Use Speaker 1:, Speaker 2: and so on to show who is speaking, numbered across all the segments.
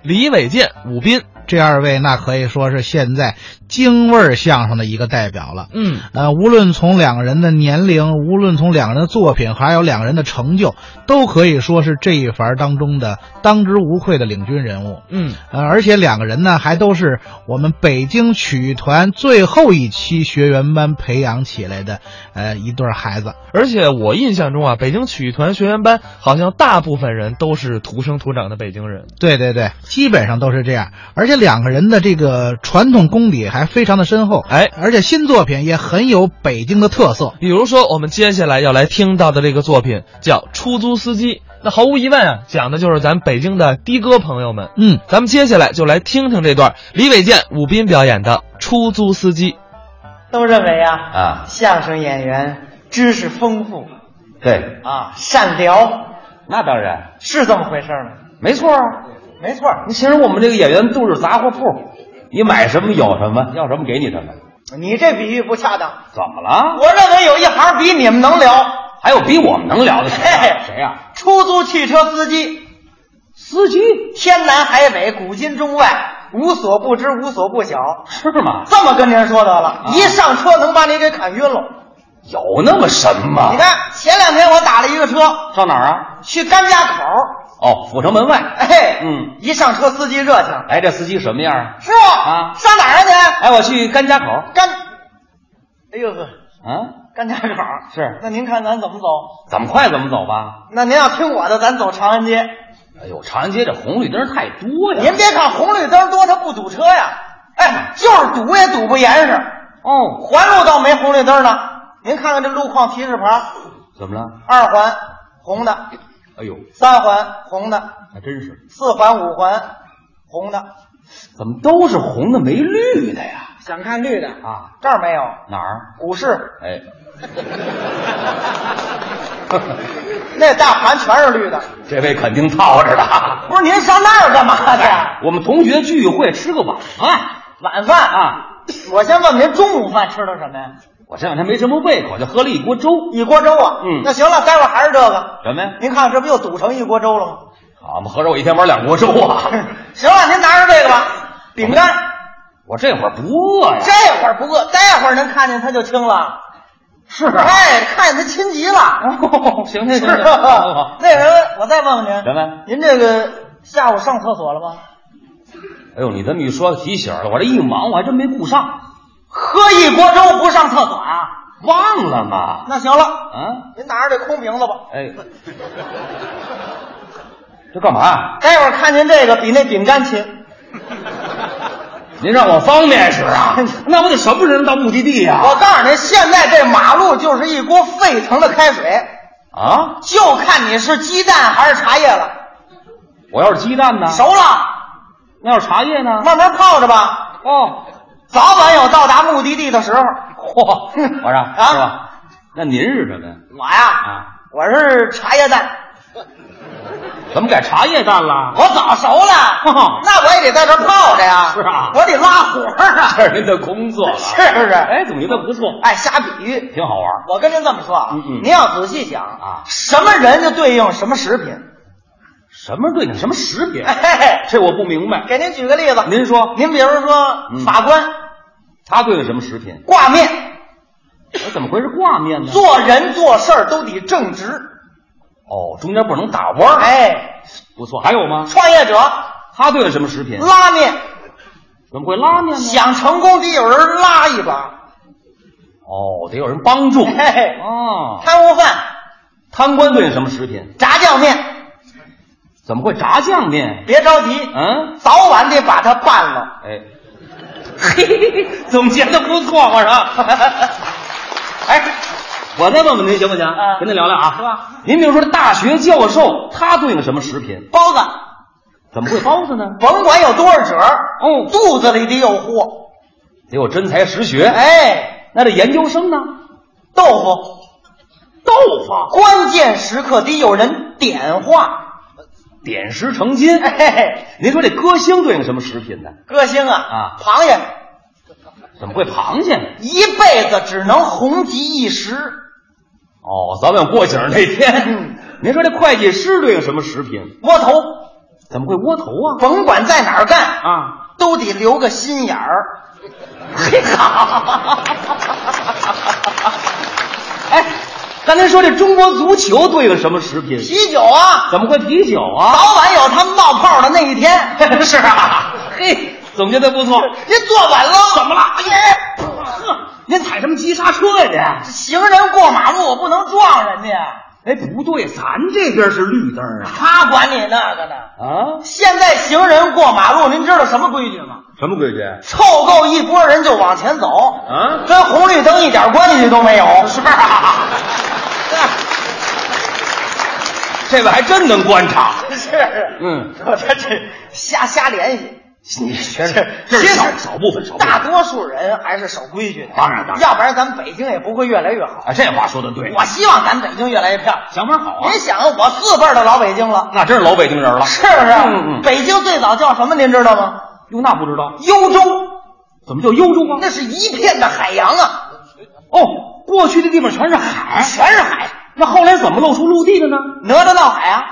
Speaker 1: 李伟健、武斌。
Speaker 2: 这二位那可以说是现在京味儿相声的一个代表了。
Speaker 1: 嗯，
Speaker 2: 呃，无论从两个人的年龄，无论从两个人的作品，还有两个人的成就，都可以说是这一伐儿当中的当之无愧的领军人物。
Speaker 1: 嗯，
Speaker 2: 呃，而且两个人呢，还都是我们北京曲艺团最后一期学员班培养起来的，呃，一对儿孩子。
Speaker 1: 而且我印象中啊，北京曲艺团学员班好像大部分人都是土生土长的北京人。
Speaker 2: 对对对，基本上都是这样。而且两个人的这个传统功底还非常的深厚，
Speaker 1: 哎
Speaker 2: 而且新作品也很有北京的特色。
Speaker 1: 比如说，我们接下来要来听到的这个作品叫《出租司机》，那毫无疑问啊，讲的就是咱北京的的哥朋友们。
Speaker 2: 嗯，
Speaker 1: 咱们接下来就来听听这段李伟健、武斌表演的《出租司机》。
Speaker 3: 都认为啊，
Speaker 4: 啊，
Speaker 3: 相声演员知识丰富
Speaker 4: 对，
Speaker 3: 啊，善聊，
Speaker 4: 那当然，
Speaker 3: 是这么回事吗？
Speaker 4: 没错啊。
Speaker 3: 没错儿，
Speaker 4: 你形容我们这个演员都是杂货铺，你买什么有什么，要什么给你什么。
Speaker 3: 你这比喻不恰当。
Speaker 4: 怎么了？
Speaker 3: 我认为有一行比你们能聊，
Speaker 4: 还有比我们能聊的谁
Speaker 3: 嘿
Speaker 4: 啊？
Speaker 3: 嘿
Speaker 4: 谁呀、
Speaker 3: 出租汽车司机，
Speaker 4: 司机
Speaker 3: 天南海北，古今中外，无所不知，无所不晓。
Speaker 4: 是吗？
Speaker 3: 这么跟您说得了，
Speaker 4: 啊
Speaker 3: 一上车能把你给砍晕了。
Speaker 4: 有那么神吗？
Speaker 3: 你看，前两天我打了一个车
Speaker 4: 上哪儿啊？
Speaker 3: 去甘家口，
Speaker 4: 哦，阜成门外。
Speaker 3: 哎，
Speaker 4: 嗯，
Speaker 3: 一上车司机热情，
Speaker 4: 哎，这司机什么样啊？
Speaker 3: 师傅
Speaker 4: 啊
Speaker 3: 上哪儿啊你？
Speaker 4: 哎，我去甘家口。
Speaker 3: 甘，哎呦呵。
Speaker 4: 啊，
Speaker 3: 甘家口
Speaker 4: 是
Speaker 3: 那您看咱怎么走？
Speaker 4: 怎么快怎么走吧。
Speaker 3: 那您要听我的，咱走长安街。
Speaker 4: 哎呦，长安街这红绿灯太多呀。
Speaker 3: 您别看红绿灯多，它不堵车呀。哎，就是堵也堵不严实。
Speaker 4: 哦，
Speaker 3: 环路倒没红绿灯呢。您看看这路况提示牌，
Speaker 4: 怎么了？
Speaker 3: 二环红的，
Speaker 4: 哎呦，
Speaker 3: 三环红的，
Speaker 4: 还真是，
Speaker 3: 四环五环红的。
Speaker 4: 怎么都是红的没绿的呀？
Speaker 3: 想看绿的
Speaker 4: 啊，
Speaker 3: 这儿没有。
Speaker 4: 哪儿？
Speaker 3: 股市
Speaker 4: 哎，
Speaker 3: 那大盘全是绿的，
Speaker 4: 这位肯定套着的。
Speaker 3: 不是您上那儿干嘛去？
Speaker 4: 我们同学聚会吃个晚饭，
Speaker 3: 晚饭
Speaker 4: 啊！
Speaker 3: 我先问您中午饭吃的什么呀？
Speaker 4: 我这两天没什么胃口，就喝了一锅粥。
Speaker 3: 一锅粥啊。
Speaker 4: 嗯
Speaker 3: 那行了，待会儿还是这个。
Speaker 4: 什么呀？
Speaker 3: 您看这不又堵成一锅粥了吗？
Speaker 4: 好嘛，合着我一天玩两锅粥 啊！
Speaker 3: 行了，您拿着这个吧，饼干。
Speaker 4: 我这会儿不饿呀。
Speaker 3: 这会儿不饿，待会儿您看见它就轻了。
Speaker 4: 是啊，
Speaker 3: 哎，看见它亲极了。
Speaker 4: 哦行行行
Speaker 3: 是
Speaker 4: 行好好
Speaker 3: 吧
Speaker 4: 好
Speaker 3: 那人，我再问问您，
Speaker 4: 啊什么
Speaker 3: 您这个下午上厕所了吗？
Speaker 4: 哎呦，你这么一说提醒了，我这一忙我还真没顾上，
Speaker 3: 喝一锅粥不上厕所啊？
Speaker 4: 忘了嘛。
Speaker 3: 那行了，
Speaker 4: 啊，
Speaker 3: 您拿着这空瓶子吧。
Speaker 4: 哎， 这干嘛？
Speaker 3: 待会儿看您这个比那饼干亲。
Speaker 4: 您让我方便使 啊？那我得什么时候到目的地呀、
Speaker 3: 我告诉您，现在这马路就是一锅沸腾的开水，
Speaker 4: 啊，
Speaker 3: 就看你是鸡蛋还是茶叶了。
Speaker 4: 我要是鸡蛋呢？
Speaker 3: 熟了，
Speaker 4: 那要是茶叶呢？
Speaker 3: 慢慢泡着吧。
Speaker 4: 哦，
Speaker 3: 早晚有到达目的地的时候。
Speaker 4: 嚯， 我说
Speaker 3: 啊
Speaker 4: 是吧？那您是什么呀？
Speaker 3: 我呀，
Speaker 4: 啊
Speaker 3: 我是茶叶蛋，
Speaker 4: 怎么改茶叶蛋了？
Speaker 3: 我早熟了，那我也得在这儿泡着呀。
Speaker 4: 哦是啊
Speaker 3: 我得拉活儿啊，
Speaker 4: 这是您的工作了，
Speaker 3: 是不是？
Speaker 4: 哎，总觉得不错，
Speaker 3: 哎，瞎比喻。
Speaker 4: 挺好玩。
Speaker 3: 我跟您这么说啊，
Speaker 4: 嗯嗯
Speaker 3: 您要仔细想
Speaker 4: 啊
Speaker 3: 什么人就对应什么食品。
Speaker 4: 什么对应什么食品？
Speaker 3: 哎，
Speaker 4: 这我不明白。
Speaker 3: 给您举个例子，
Speaker 4: 您说
Speaker 3: 您比如说
Speaker 4: 嗯
Speaker 3: 法官
Speaker 4: 他对应什么食品？
Speaker 3: 挂面，
Speaker 4: 我怎么会是挂面呢？
Speaker 3: 做人做事儿都得正直。
Speaker 4: 哦，中间不能打弯儿。，
Speaker 3: 哎，
Speaker 4: 不错。还有吗？
Speaker 3: 创业者
Speaker 4: 他对应什么食品？
Speaker 3: 拉面，
Speaker 4: 怎么会拉面呢？
Speaker 3: 想成功得有人拉一把。
Speaker 4: 哦，得有人帮助。
Speaker 3: 哎，
Speaker 4: 哦，
Speaker 3: 贪污犯。
Speaker 4: 贪官对应什么食品？
Speaker 3: 炸酱面，
Speaker 4: 怎么会炸酱面？
Speaker 3: 别着急，
Speaker 4: 嗯，
Speaker 3: 早晚得把它办了。
Speaker 4: 哎， 嘿，总结的不错，我说。哎，我再问问您行不行？
Speaker 3: 啊
Speaker 4: 跟您聊聊啊，
Speaker 3: 是吧？
Speaker 4: 您比如说，大学教授他对应什么食品？
Speaker 3: 包子，
Speaker 4: 怎么会包子呢？
Speaker 3: 甭管有多少褶儿，
Speaker 4: 哦
Speaker 3: 肚子里得有货。
Speaker 4: 得有真才实学。，
Speaker 3: 哎，
Speaker 4: 那这研究生呢？
Speaker 3: 豆腐，
Speaker 4: 豆腐
Speaker 3: 关键时刻得有人点化。
Speaker 4: 点石成金。
Speaker 3: 哎嘿嘿，
Speaker 4: 您说这歌星对应什么食品呢？
Speaker 3: 歌星啊，
Speaker 4: 啊
Speaker 3: 螃蟹
Speaker 4: 怎么会螃蟹呢？
Speaker 3: 一辈子只能红极一时。嗯
Speaker 4: 哦，早晚过景儿那天。您说这会计师对应什么食品？
Speaker 3: 窝头，
Speaker 4: 怎么会窝头啊？
Speaker 3: 甭管在哪儿干，
Speaker 4: 啊，
Speaker 3: 都得留个心眼 儿。
Speaker 4: 嘿好。哎，刚才说这中国足球兑个什么食品？
Speaker 3: 啤酒啊，
Speaker 4: 怎么会啤酒啊？
Speaker 3: 早晚有他们冒泡的那一天。
Speaker 4: 是啊，嘿，总结的不错。
Speaker 3: 您坐稳了，
Speaker 4: 怎么了
Speaker 3: 哎呀，
Speaker 4: 呵，您踩什么急刹车呀、
Speaker 3: 行人过马路，我不能撞人家，
Speaker 4: 您？哎，不对，咱这边是绿灯啊。
Speaker 3: 他管你那个呢。
Speaker 4: 啊？
Speaker 3: 现在行人过马路，您知道什么规矩吗？
Speaker 4: 什么规矩？
Speaker 3: 凑够一拨人就往前走，
Speaker 4: 啊
Speaker 3: 跟红绿灯一点关系都没有。是 啊，
Speaker 4: 这个还真能观察。
Speaker 3: 是，
Speaker 4: 嗯，
Speaker 3: 我这这瞎瞎联系。
Speaker 4: 你学
Speaker 3: 这是少
Speaker 4: 少部分，少部
Speaker 3: 大
Speaker 4: 分。
Speaker 3: 多数人还是守规矩的，
Speaker 4: 当然当然
Speaker 3: 要不然咱们北京也不会越来越好。
Speaker 4: 啊，这话说的对。
Speaker 3: 我希望咱北京越来越漂亮。
Speaker 4: 想法好啊
Speaker 3: 您，想，我四辈儿的老北京了，
Speaker 4: 那真是老北京人了。
Speaker 3: 是不是？
Speaker 4: 嗯嗯
Speaker 3: 北京最早叫什么？您知道吗？
Speaker 4: 哟，那不知道，
Speaker 3: 幽州，
Speaker 4: 怎么叫幽州啊？
Speaker 3: 那是一片的海洋啊，
Speaker 4: 哦，过去的地方全是海，
Speaker 3: 全是海，
Speaker 4: 那后来怎么露出陆地的呢？
Speaker 3: 哪吒闹海啊！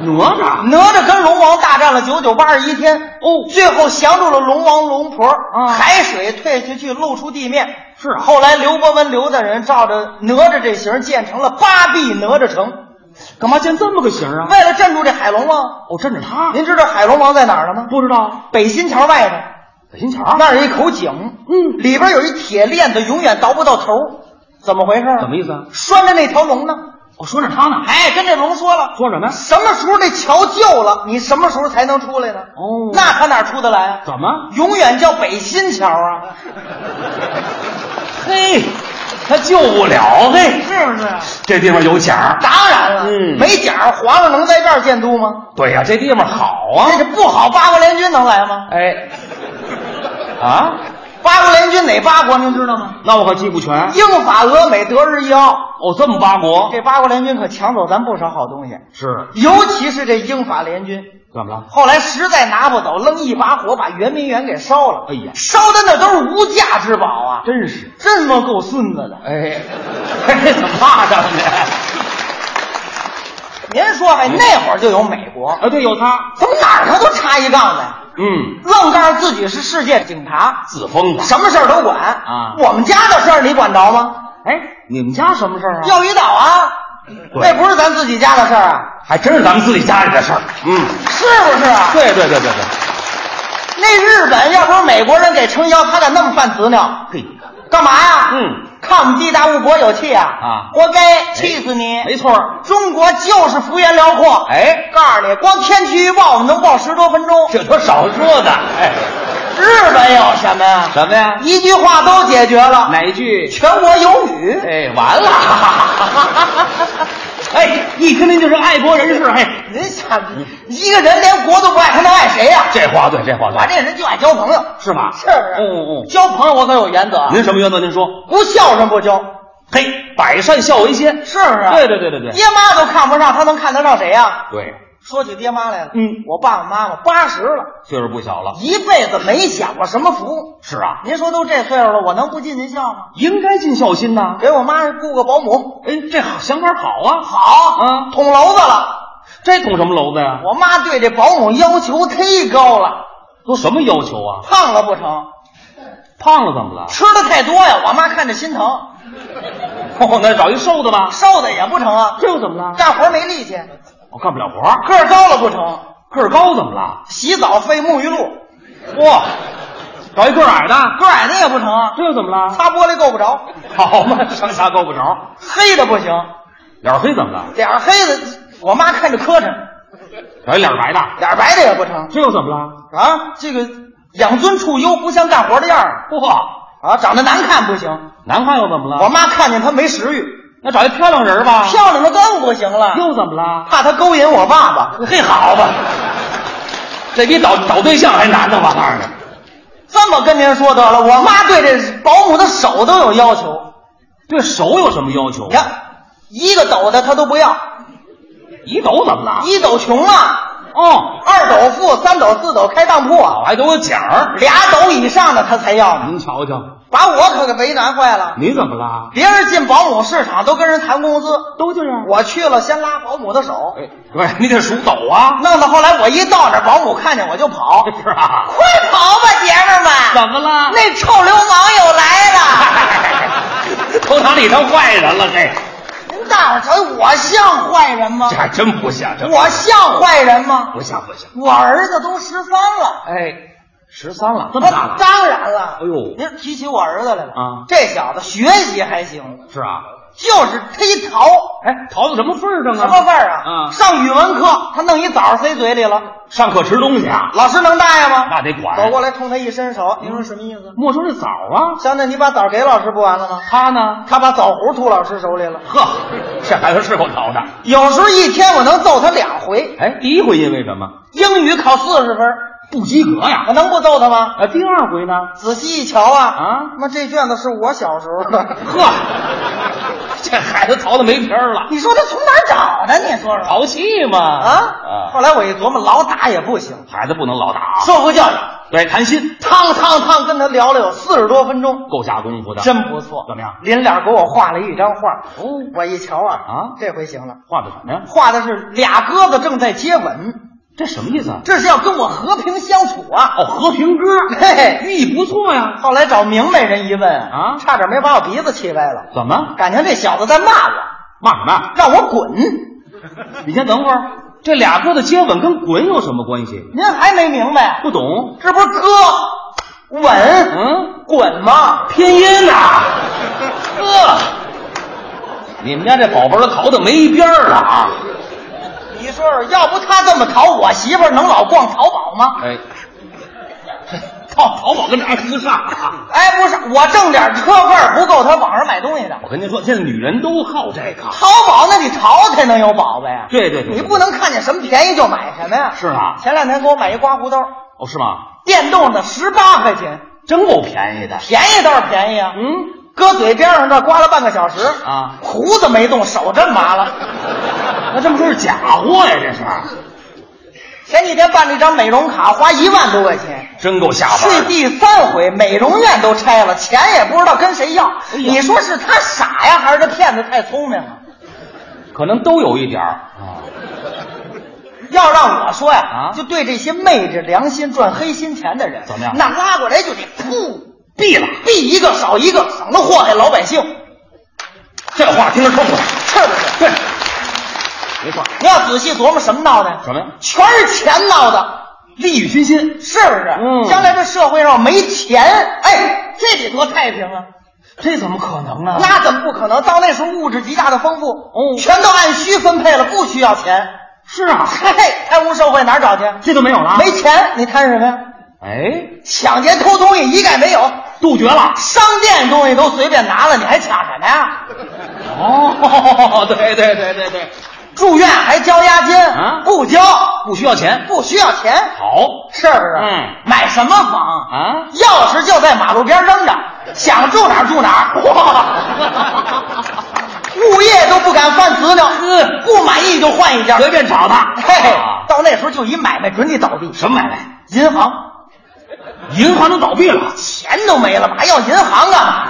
Speaker 4: 哪吒
Speaker 3: 哪吒跟龙王大战了九九八十一天，哦，最后降住了龙王龙婆，
Speaker 4: 啊
Speaker 3: 海水退下去，露出地面。
Speaker 4: 是啊
Speaker 3: 后来刘伯温刘大人照着哪吒这形儿建成了八臂哪吒城，
Speaker 4: 干嘛建这么个形儿啊？
Speaker 3: 为了镇住这海龙王。
Speaker 4: 哦，镇着他，
Speaker 3: 您知道海龙王在哪儿了吗？
Speaker 4: 不知道？
Speaker 3: 北新桥外头，
Speaker 4: 北新桥
Speaker 3: 那儿有一口井，
Speaker 4: 嗯
Speaker 3: 里边有一铁链子，永远倒不到头儿，怎么回事？
Speaker 4: 怎么意思啊？
Speaker 3: 拴着那条龙呢？
Speaker 4: 我说着他呢，
Speaker 3: 哎，跟这龙说了，
Speaker 4: 说什么呀？
Speaker 3: 什么时候这桥旧了，你什么时候才能出来呢？
Speaker 4: 哦
Speaker 3: 那他哪出得来啊？
Speaker 4: 怎么？
Speaker 3: 永远叫北新桥啊，
Speaker 4: 嘿，他救不了嘿，
Speaker 3: 是不是？啊
Speaker 4: 这地方有景儿。
Speaker 3: 当然了，
Speaker 4: 嗯
Speaker 3: 没景儿，皇上能在这儿建都吗？
Speaker 4: 对呀、这地方好啊。
Speaker 3: 这不好，八国联军能来吗？
Speaker 4: 哎，啊，
Speaker 3: 八国联军哪八国您知道吗？
Speaker 4: 那我可记不全。
Speaker 3: 英法俄美德日英，
Speaker 4: 哦，这么八国
Speaker 3: 这八国联军可抢走咱不少好东西，
Speaker 4: 是
Speaker 3: 尤其是这英法联军。
Speaker 4: 怎么了？
Speaker 3: 后来实在拿不走，扔一把火把圆明园给烧了。
Speaker 4: 哎呀
Speaker 3: 烧的那都是无价之宝啊！
Speaker 4: 真是
Speaker 3: 这么够孙子的，
Speaker 4: 哎，嘿，怎么骂上的？
Speaker 3: 您说还那会儿就有美国，
Speaker 4: 哎啊，对，有他。
Speaker 3: 从哪儿他都插一杠子呀，
Speaker 4: 嗯，
Speaker 3: 愣告诉自己是世界警察，
Speaker 4: 自封吧。
Speaker 3: 什么事儿都管
Speaker 4: 啊
Speaker 3: 我们家的事儿你管着吗？
Speaker 4: 哎，你们家什么事儿啊？
Speaker 3: 钓鱼岛啊，
Speaker 4: 对
Speaker 3: 那不是咱自己家的事儿啊，
Speaker 4: 还真是咱们自己家里的事儿。嗯，
Speaker 3: 是不是啊？
Speaker 4: 对对对对对。
Speaker 3: 那日本要不是美国人给撑腰，他得那么犯子呢？
Speaker 4: 嘿，
Speaker 3: 干嘛呀？
Speaker 4: 嗯，
Speaker 3: 看我们地大物博有气啊！
Speaker 4: 啊
Speaker 3: 活该，气死你！
Speaker 4: 没错儿。
Speaker 3: 中国就是幅员辽阔。
Speaker 4: 哎，
Speaker 3: 告诉你，光天气预报我们能报十多分钟。
Speaker 4: 这都少说的。哎，
Speaker 3: 日本有什么呀？
Speaker 4: 什么呀？
Speaker 3: 一句话都解决了。
Speaker 4: 哪一句？
Speaker 3: 全国有雨。
Speaker 4: 哎，完 了。哎，一听您就是爱国人士。哎，
Speaker 3: 您想，一个人连国都不爱，他能爱谁呀、
Speaker 4: 这话对，这话
Speaker 3: 我
Speaker 4: 对，
Speaker 3: 这人就爱交朋友，
Speaker 4: 是吧？
Speaker 3: 是不是？
Speaker 4: 嗯嗯
Speaker 3: 交朋友我可有原则啊
Speaker 4: 嗯。，您什么原则？您说。
Speaker 3: 不孝顺不交，
Speaker 4: 嘿，百善孝为先。
Speaker 3: 是不啊是？
Speaker 4: 对对对对对。
Speaker 3: 爹妈都看不上，他能看得上谁呀、
Speaker 4: 对，
Speaker 3: 说起爹妈来了，
Speaker 4: 嗯
Speaker 3: 我爸爸妈妈八十了，
Speaker 4: 岁数不小了。
Speaker 3: 一辈子没享过什么福。
Speaker 4: 是啊，
Speaker 3: 您说都这岁数了，我能不尽尽孝吗？
Speaker 4: 应该尽孝心呐。
Speaker 3: 给我妈雇个保姆，
Speaker 4: 哎，这好想法好啊，
Speaker 3: 好，
Speaker 4: 啊
Speaker 3: 捅娄子了。
Speaker 4: 这捅什么娄子呀？
Speaker 3: 我妈对这保姆要求忒高了，
Speaker 4: 都什么要求啊？
Speaker 3: 胖了不成，
Speaker 4: 胖了怎么了？
Speaker 3: 吃的太多呀，我妈看着心疼，
Speaker 4: 哦，那找一瘦的吧。
Speaker 3: 瘦的也不成啊，
Speaker 4: 这又怎么了？
Speaker 3: 干活没力气，
Speaker 4: 我干不了活，
Speaker 3: 个儿高了不成，
Speaker 4: 个儿高怎么了？
Speaker 3: 洗澡费沐浴露，
Speaker 4: 哇，找一个儿矮的，
Speaker 3: 个儿矮的也不成啊，
Speaker 4: 这又怎么了？
Speaker 3: 擦玻璃够不着，
Speaker 4: 好嘛，上下够不着，
Speaker 3: 黑的不行，
Speaker 4: 脸黑怎么了？
Speaker 3: 脸儿黑的，我妈看着磕碜，
Speaker 4: 找一脸白的，
Speaker 3: 脸儿白的也不成
Speaker 4: 这又怎么了？
Speaker 3: 啊，这个养尊处优，不像干活的样儿
Speaker 4: 哇，
Speaker 3: 啊，长得难看不行，
Speaker 4: 难看又怎么
Speaker 3: 我
Speaker 4: 了？
Speaker 3: 妈看见她没食欲。
Speaker 4: 那找一漂亮人吧，
Speaker 3: 漂亮的更不行了，
Speaker 4: 又怎么了？
Speaker 3: 怕他勾引我爸爸。
Speaker 4: 嘿，好吧，这比找找对象还难呢，我告诉你。
Speaker 3: 这么跟您说得了，我妈对这保姆的手都有要求。
Speaker 4: 对手有什么要求
Speaker 3: 你？看，一个斗的她都不要，
Speaker 4: 一抖怎么了？
Speaker 3: 一斗穷啊，
Speaker 4: 哦，
Speaker 3: 二斗富，三斗四斗开当铺啊，
Speaker 4: 还都有奖儿。
Speaker 3: 俩斗以上的她才要呢。
Speaker 4: 您瞧瞧，
Speaker 3: 把我可给为难坏了。
Speaker 4: 你怎么啦？
Speaker 3: 别人进保姆市场都跟人谈工资，
Speaker 4: 都这样。
Speaker 3: 我去了先拉保姆的手，
Speaker 4: 哎，不是，你得数抖啊。
Speaker 3: 弄到后来我一到那儿保姆看见我就跑，
Speaker 4: 是啊。
Speaker 3: 快跑吧，爷们儿们！
Speaker 4: 么啦 那
Speaker 3: 那臭流氓又来了！
Speaker 4: 头堂里成坏人了，这
Speaker 3: 您大伙儿瞧，我像坏人吗
Speaker 4: 这？还真不像，这
Speaker 3: 我像坏人吗？
Speaker 4: 不像不像。
Speaker 3: 我儿子都十三了，
Speaker 4: 哎，十三了，这
Speaker 3: 那当然了。
Speaker 4: 哎呦
Speaker 3: 您提起我儿子来了
Speaker 4: 啊
Speaker 3: 这小子学习还行，
Speaker 4: 是啊。
Speaker 3: 就是忒淘。
Speaker 4: 哎，淘到什么份儿上
Speaker 3: 什
Speaker 4: 啊？
Speaker 3: 么味儿
Speaker 4: 啊
Speaker 3: 啊？上语文课，他弄一枣塞嘴里了，
Speaker 4: 上课吃东西啊？
Speaker 3: 老师能答应吗？
Speaker 4: 那得管
Speaker 3: 走过来冲他一伸手，
Speaker 4: 嗯
Speaker 3: 您说什么意思？
Speaker 4: 没收是枣啊。
Speaker 3: 乡亲，你把枣给老师不完了吗？
Speaker 4: 他呢？
Speaker 3: 他把枣核吐老师手里了。
Speaker 4: 呵，这孩子是够淘的。
Speaker 3: 有时候一天我能揍他两回，
Speaker 4: 哎，第一回因为什么？
Speaker 3: 英语考四十分，
Speaker 4: 不及格呀
Speaker 3: 我。能不揍他吗？
Speaker 4: 啊，第二回呢？
Speaker 3: 仔细一瞧啊，
Speaker 4: 啊
Speaker 3: 妈这卷子是我小时候的。
Speaker 4: 呵，这孩子淘的没皮儿了，
Speaker 3: 你说他从哪儿找的？你说说
Speaker 4: 淘气嘛。
Speaker 3: 啊后来我一琢磨，老打也不行，
Speaker 4: 孩子不能老打啊。
Speaker 3: 受过教育，
Speaker 4: 对，谈心
Speaker 3: 汤汤汤跟他聊了有四十多分钟，
Speaker 4: 够下功夫的，
Speaker 3: 真不错。
Speaker 4: 怎么样？
Speaker 3: 临了给我画了一张画，
Speaker 4: 哦
Speaker 3: 我一瞧啊，
Speaker 4: 啊
Speaker 3: 这回行了，
Speaker 4: 画的什么呀？
Speaker 3: 画的是俩鸽子正在接吻，
Speaker 4: 这什么意思啊？
Speaker 3: 这是要跟我和平相处啊。
Speaker 4: 哦，和平鸽，
Speaker 3: 嘿嘿，
Speaker 4: 寓意不错呀。
Speaker 3: 后来找明白人一问
Speaker 4: 啊
Speaker 3: 差点没把我鼻子气歪了，
Speaker 4: 怎么
Speaker 3: 感情这小子在骂我，
Speaker 4: 骂什么？
Speaker 3: 让我滚。
Speaker 4: 你先等会儿，这俩鸽子接吻跟滚有什么关系？
Speaker 3: 您还没明白啊？
Speaker 4: 不懂？
Speaker 3: 这不是哥吻
Speaker 4: 嗯，
Speaker 3: 滚吗？
Speaker 4: 拼音呐、 呵，你们家这宝贝儿淘的没边儿了啊！
Speaker 3: 你说说，要不他这么淘，我媳妇儿能老逛淘宝吗？
Speaker 4: 哎，到淘宝跟这儿不上啊！
Speaker 3: 哎，不是，我挣点车份儿不够他网上买东西的。
Speaker 4: 我跟您说，现在女人都好这个。
Speaker 3: 淘宝那得淘才能有宝贝呀。
Speaker 4: 对对对对
Speaker 3: 你不能看见什么便宜就买什么呀。
Speaker 4: 是啊
Speaker 3: 前两天给我买一刮胡刀，
Speaker 4: 哦，是吗？
Speaker 3: 电动的，十八块钱，
Speaker 4: 真够便宜的。
Speaker 3: 便宜倒是便宜啊。
Speaker 4: 嗯，
Speaker 3: 搁嘴边上这儿刮了半个小时
Speaker 4: 啊
Speaker 3: 胡子没动，手真麻了。
Speaker 4: 那这么说是假货呀？这是，
Speaker 3: 前几天办了一张美容卡，花一万多块钱。
Speaker 4: 真够下班
Speaker 3: 是
Speaker 4: 儿的。
Speaker 3: 第三回，美容院都拆了，钱也不知道跟谁要。
Speaker 4: 哎
Speaker 3: 你说是他傻呀，还是这骗子太聪明啊了？
Speaker 4: 可能都有一点儿啊。
Speaker 3: 要让我说呀
Speaker 4: 啊，
Speaker 3: 就对这些昧着良心赚黑心钱的人，
Speaker 4: 怎么样
Speaker 3: 那拉过来就得噗，
Speaker 4: 毙了，
Speaker 3: 毙一个少一个，省得祸害老百姓，
Speaker 4: 这话听着痛快。
Speaker 3: 是不是？
Speaker 4: 对，没错，
Speaker 3: 你要仔细琢磨什么闹的呀？
Speaker 4: 什么呀
Speaker 3: 全是钱闹的，
Speaker 4: 利欲熏心，
Speaker 3: 是不是？
Speaker 4: 嗯
Speaker 3: 将来这社会上没钱，哎，这得多太平啊！
Speaker 4: 这怎么可能啊？
Speaker 3: 那怎么不可能？到那时候物质极大的丰富，哦全都按需分配了，不需要钱。
Speaker 4: 是啊，
Speaker 3: 嘿嘿，贪污受贿哪儿找去？
Speaker 4: 这就没有了。
Speaker 3: 没钱你贪什么呀？
Speaker 4: 哎，
Speaker 3: 抢劫偷东西一概没有，
Speaker 4: 杜绝了。
Speaker 3: 商店东西都随便拿了，你还抢什么呀？
Speaker 4: 哦，对对对对对，
Speaker 3: 住院还交押金
Speaker 4: 啊
Speaker 3: 不交，
Speaker 4: 不需要钱。
Speaker 3: 不需要钱，
Speaker 4: 好
Speaker 3: 是不是？
Speaker 4: 嗯，
Speaker 3: 买什么房？
Speaker 4: 啊，
Speaker 3: 钥匙就在马路边扔着，想住哪儿住哪儿。 物业都不敢犯执拗，
Speaker 4: 嗯
Speaker 3: 不满意就换一家。
Speaker 4: 随便找他。
Speaker 3: 嘿嘿
Speaker 4: 啊，
Speaker 3: 到那时候就一买卖准得倒闭，
Speaker 4: 什么买卖？
Speaker 3: 银行
Speaker 4: 银行都倒闭了。啊
Speaker 3: 钱都没了，还要银行干嘛呀？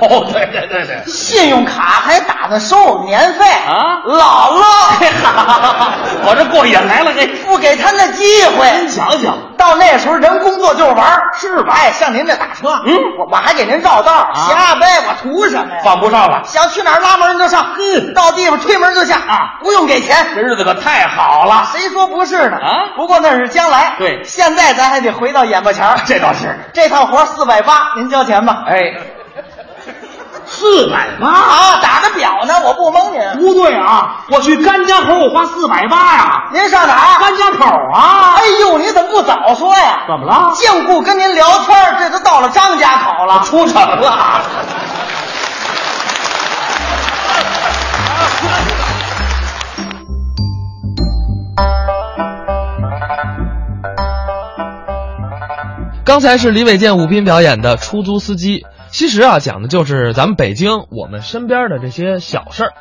Speaker 4: 哦，对对对对，
Speaker 3: 信用卡还打算收我年费
Speaker 4: 啊
Speaker 3: 姥
Speaker 4: 哎
Speaker 3: 姥，
Speaker 4: 我这过瘾来了，这
Speaker 3: 不给他那机
Speaker 4: 您
Speaker 3: 会。
Speaker 4: 想想，
Speaker 3: 到那时候人工作就是玩儿
Speaker 4: 是吧
Speaker 3: 哎，像您这打车，
Speaker 4: 嗯
Speaker 3: 我我还给您绕道儿，
Speaker 4: 啊
Speaker 3: 瞎掰，我图什么呀？
Speaker 4: 犯不上了，
Speaker 3: 想去哪儿拉门就上，
Speaker 4: 嗯
Speaker 3: 到地方推门就下
Speaker 4: 啊
Speaker 3: 不用给
Speaker 4: 这
Speaker 3: 钱。
Speaker 4: 日子可太好了。
Speaker 3: 谁说不是呢？
Speaker 4: 啊
Speaker 3: 不过那是将来，
Speaker 4: 对
Speaker 3: 现在咱还得回到眼巴前儿。
Speaker 4: 这倒是。
Speaker 3: 这趟活四百八，您交钱吧。
Speaker 4: 哎，四百八
Speaker 3: 啊，打着表呢，我不蒙您。
Speaker 4: 不对啊！我去甘家口，我花四百八呀。
Speaker 3: 您上哪儿？
Speaker 4: 甘家口啊
Speaker 3: 哎？呦，你怎么不早说呀？
Speaker 4: 怎么了
Speaker 3: 净顾跟您聊天儿，这都到了张家口了。
Speaker 4: 出城了。
Speaker 1: 刚才是李伟健、武斌表演的出租司机。其实啊，讲的就是咱们北京我们身边的这些小事儿。